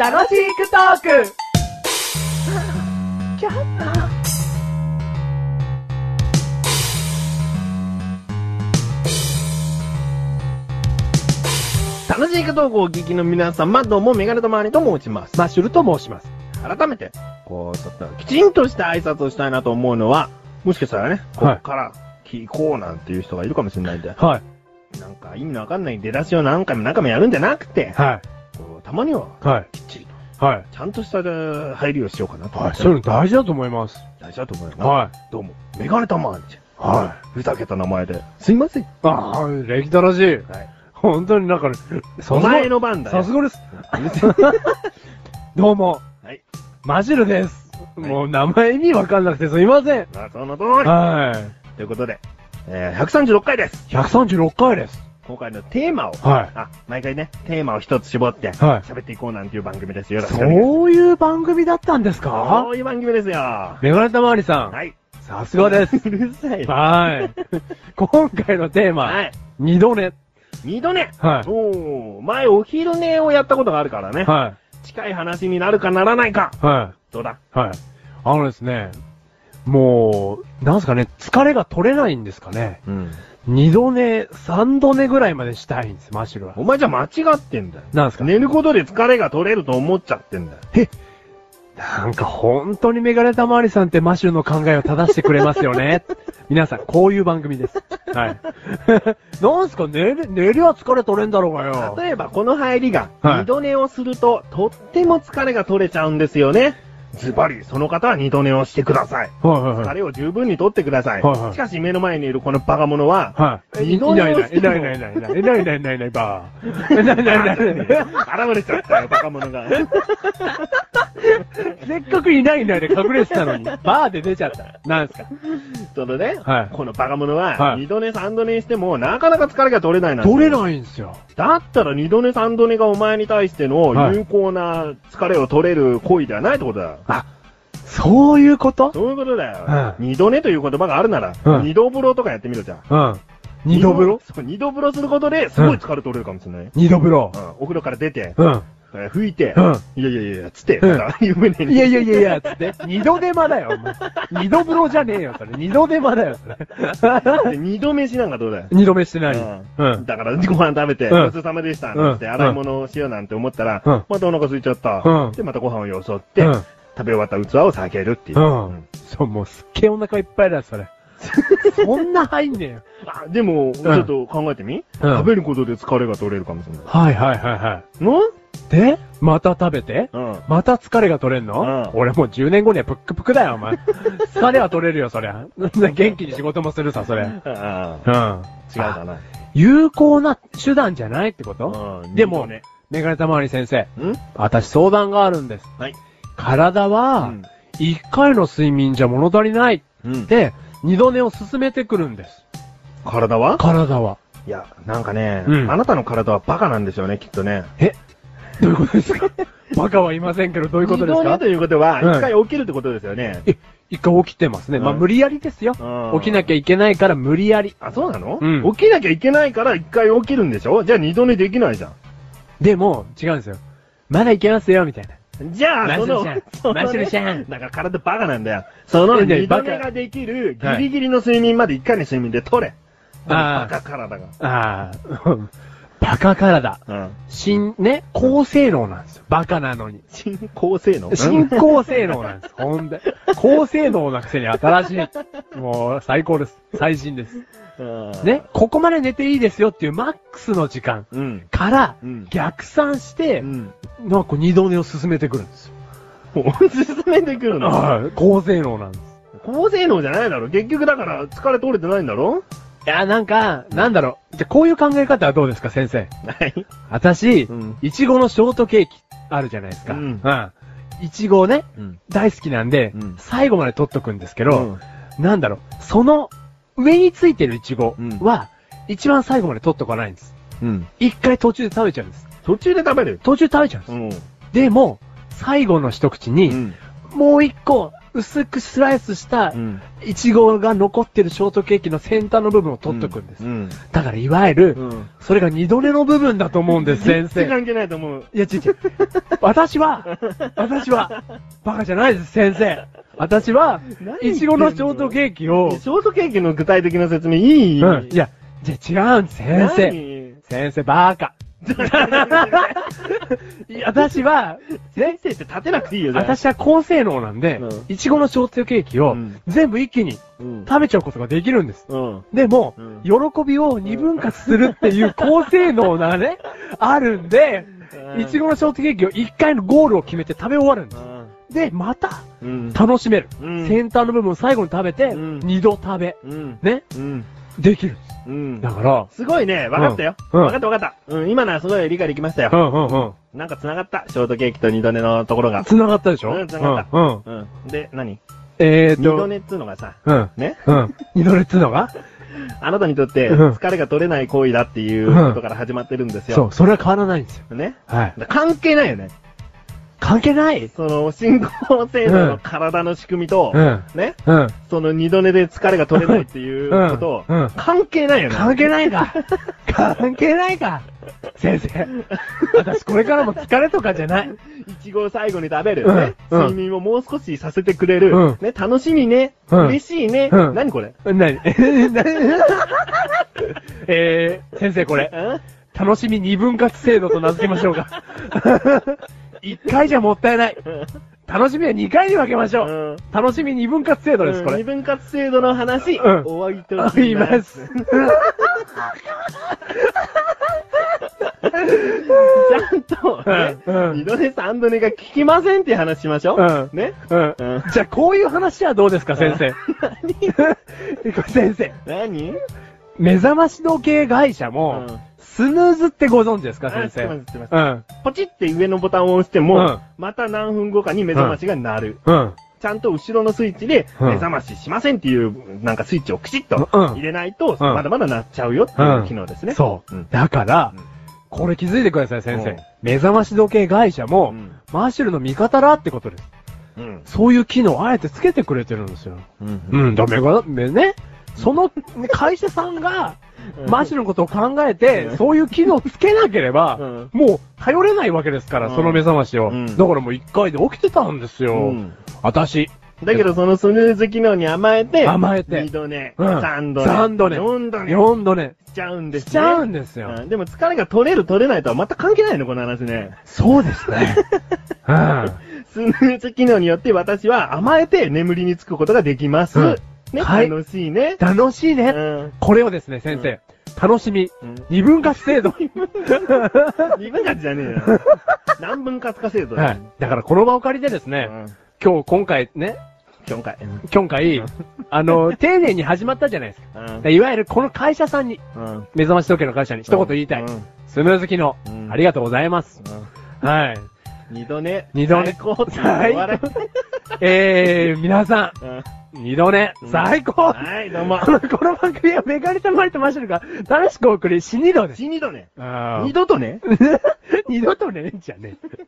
楽しくトーク楽しいトークをお聞きの皆様、どうも、メガネとマーネと申します。マッシュルと申します。改めて、こう、ちょっと、きちんとした挨拶をしたいなと思うのは、もしかしたらね、こはいっから聞こうなんていう人がいるかもしれないんで、はい。なんか意味のわかんない出だしを何回も何回もやるんじゃなくて、は。こうたまにはいはい。きっちりと、はい。ちゃんとした入りをしようかなと思はっい。て。そういうの大事だと思います。大事だと思うよな。はい。どうも、メガネとマーネじゃん。。はいふざけた名前で、すいません。ああ、歴正しい。はい。本当になんかね、おそ前の番だよ。さ すがです。うるせえどうも、はい。マジルです。はいもう名前意味わかんなくてすいません。まあその通り。はということで、えー、136回です。い。136回です。今回のテーマを、はあ、毎回ね、テーマを一つ絞って、はい喋っていこうなんていう番組ですよ。いよろしくお願いしますそういう番組だったんですそかういう番組ですよ。はメガネたまわりさん、い。さすがです。 うるさいよ。 はい。今回のテーはマ、い。二度寝。二度寝。はい。おー、前お昼寝をやったことがあるからね。は近い話になるかならないか。い。はい。どうだはい。あのですね、もう、なんすかね、疲れが取れないんですかね。うん。二度寝、三度寝ぐらいまでしたいんです、マシュルはお。前じゃ間違ってんだよ。なんすか寝ることで疲れが取れると思っちゃってんだよ。なんか本当にメガネたまわりさんってマシュルの考えを正してくれますよね。皆さん、こういう番組です。はい。なんすか、寝れ、寝りゃ疲れ取れんだろうがよ。例えばこの入りが、はい二度寝をすると、とっても疲れが取れちゃうんですよね。ズバリ、その方は二度寝をしてください。はいはいは疲い。れを十分に取ってください。はいはいしかし目の前にいるこのバカ者は、はい。い二度い寝ないいをなしい、ていないいないいないいないいないいないいないいないばー。いないいないいないいない。現れちゃったよ、バカ者が。せっかくいないいないで隠れてたのに、バーで出ちゃった。なんすかそのね、はいこのバカ者はは、い二度寝三度寝しても、なかなか疲れが取れないなんて取れないんですよ。だったら二度寝三度寝がお前に対しての有効な疲れを取れる行為ではないってことだよ。あ、そういうことそういうことだよ。はい二度寝という言葉があるなら、うん二度風呂とかやってみろじゃん。うん。二度風呂そう二度風呂することで、すごい疲れ取れるかもしれない。うん二度風呂。お風呂から出て、うん。えー拭いて、ういやいやいや、つって、うんまた湯船に。いやいやいやいや、つって。二度手間だよ、お前。二度風呂じゃねえよ、それ。二度手間だよ、それ。で二度飯なんかどうだよ。 二度目してない。ううんん。だから、ご飯食べて、うんごちそうさまでした、なんつって、うん洗い物をしようなんて思ったら、うんまたお腹空いちゃった。うんで、またご飯をよそって、うん。食べ終わった器を避けるっていう。うんうんそう、もうすっげえお腹いっぱいだよ、それ。そんな入んねえよ。あでも、ちょっと考えてみ、うん食べることで疲れが取れるかもしれない。はいはいはいはのい。で、また食べてうん。また疲れが取れんの、うん俺もう10年後にはプックプクだよ、お前。疲れは取れるよ、そりゃ。 元気に仕事もするさ、それ。うん。ああ、違うかな。有効な手段じゃないってこと、うんでもね。メガネたまわり先生、うん私相談があるんです。はい。体は、一回の睡眠じゃ物足りないうん。うんっ。て、二度寝を進めてくるんです。体は 体は。いや、なんかね、うんあなたの体はバカなんですよね、きっとね。どういうことですかバカはいませんけど、どういうことです二度寝かということは、うん一回起きるってことですよね。一回起きてますね。まあ、うん無理やりですよ。うん起きなきゃいけないから無理やり。あ、そうなの、うん起きなきゃいけないから一回起きるんでしょじゃあ二度寝できないじゃでも、違うんですよ。まだいけますよ、みたいな。ん。じゃあ、その、そのねマシルちゃんだから体バカなんだよ。そのいやいや二度バ寝カができるギリギリの睡眠まで一回の睡眠で取れ。あーバカ体が。ああ、うん バカ体。うん。新、ね、高性能なんですよ。バカなのに。新高性能新高性能なんです。ほんで。高性能なくせに新しい。もう、最高です。最新です。うんね、ここまで寝ていいですよっていうマックスの時間うん。からうん、逆算してう、ん。なんか二度寝を進めてくるんですよ。もう、進めてくるの。ああ、高性能なんです。高性能じゃないだろ。結局だから疲れ取れてないんだろいや、なんか、なんだろう。じゃ、こういう考え方はどうですか、先生。はい。私うん、いちごのショートケーキあるじゃないですか。ううんん。いちごをね、うん。大好きなんでうん、最後まで取っとくんですけど、なんだろう、その上についてるいちごは、一番最後まで取っとかないんです。うん。一回途中で食べちゃうんです。途中で食べる途中で食べちゃうんです。ん。でも、最後の一口うに、ん。もう一個、薄くスライスしたう、ん。いちごが残ってるショートケーキの先端の部分を取っとくんです。うん。だから、いわゆる、うん。それが二度寝の部分だと思うんです、先全然生。関係ないと思う。いや、ちいちい。私は、私は、バカじゃないです、先生。私は何言っ、てんのいちごのショートケーキを、ショートケーキの具体的な説明いい、うん。いや、じゃあ違うんです、先生。生。先生、バ カ。いや私は、先生って立てなくていいよ、じゃあ。私は高性能なんでうん、いちごのショートケーキうをん全部一気にうん。食べちゃうことができるんです。うん。でも、うん喜びを二分割するっていう高性能なね、あるんで、うんいちごのショートケーキを一回のゴールを決めて食べ終わるんです。で、またうん。楽しめる。うん先端の部分を最後に食べて、うん二度食べ。うん。ね、うん。できるんです。うん。だから、すごいね。わかったよ。うんわかったわかった。うん。今のはすごい理解できましたうよ。んうんうん。なんか繋がった。ショートケーキと二度寝のところが。繋がったでしょうん繋がったうんうん。うん。で、何えー二度と、寝っつうのがさ、うん。ね。うん。二度寝っつうのがあなたにとって、うん疲れが取れない行為だっていうことから始まってるんですそよ。う、それは変わらないんですよ。ね。はい。だから関係ないよね。関係ないその、進行性能の体の仕組みとう、ん。ね。うん。その二度寝で疲れが取れないっていうこと、うんうん関係ないよね。関係ないか。関係ないか。先生。私これからも疲れとかじゃない。いちごを最後に食べる、ねうんうん睡眠をもう少しさせてくれる、うんね、楽しみね、うん嬉しいね、うん何これ、なに えー、先生これ、ん楽しみ二分割制度と名付けましょうか。一回じゃもったいない。楽しみは二回に分けましょう。うん楽しみ二分割制度です、こ二れ。分割制度の話、うんお詫びとあしりま。ますす。ちゃんと、ねうんうん二度寝三度寝が効きませんっていう話しましょう。うんね、うんうんじゃあ、こういう話はどうですか、先生。先生、何目覚まし時計会社うもん、スヌーズってご存知ですか、あ先知ってます知って生ま。すうん。ポチって上のボタンを押しても、うんまた何分後かに目覚ましが鳴る。うん。ちゃんと後ろのスイッチで、うん目覚まししませんっていう、なんかスイッチをクシッとうん入れないと、うんまだまだ鳴っちゃうよっていう機能ですね。そううん。だからうん、これ気づいてください、先うん生。目覚まし時計会社もうん、マーシュルの味方だってことです。うん。そういう機能をあえてつけてくれてるんですよ。うん。うん、ダメが、めね。そのね会社さんが、うんマーシュルのことを考えうてん、そういう機能をつけなければうん、もう頼れないわけですかうら、んその目覚ましを。うんだからもう一回で起きてたんですうよ。ん私。だけど、そのスヌーズ機能に甘えて、甘えて二度寝、うん三度寝、三度寝。四度寝四度寝。しちゃうんですしね。ちゃうんですよ。うんでも疲れが取れる取れないとは全く関係ないの、この話ね。そうです ね。うスヌーズ機能によって私は甘えて眠りにつくことができます。うんね、はい楽しいねん。。楽しいうね。ん。これをですね、先生。楽しみ。うん二分割 制度。二分割じゃねえよ。 何分割か制度はだよい。だからこの場を借りてですうね、ん。今日、今回ね、今回。今回、あの、 丁寧に始まったじゃないですか。うんでいわゆるこの会社さんに、うん。目覚まし時計の会社に一言言いたい。うんスムーズ機能、うんありがとうございます。はい。二度寝。二度寝最高って言って笑いえー、皆さうんん、二度寝、うん最高、はい、どう も。このこの番組はメガネたまりとマシュルが楽しくお送り、死に度です。死二度寝。あ二度とね。二度と寝んじゃねえ。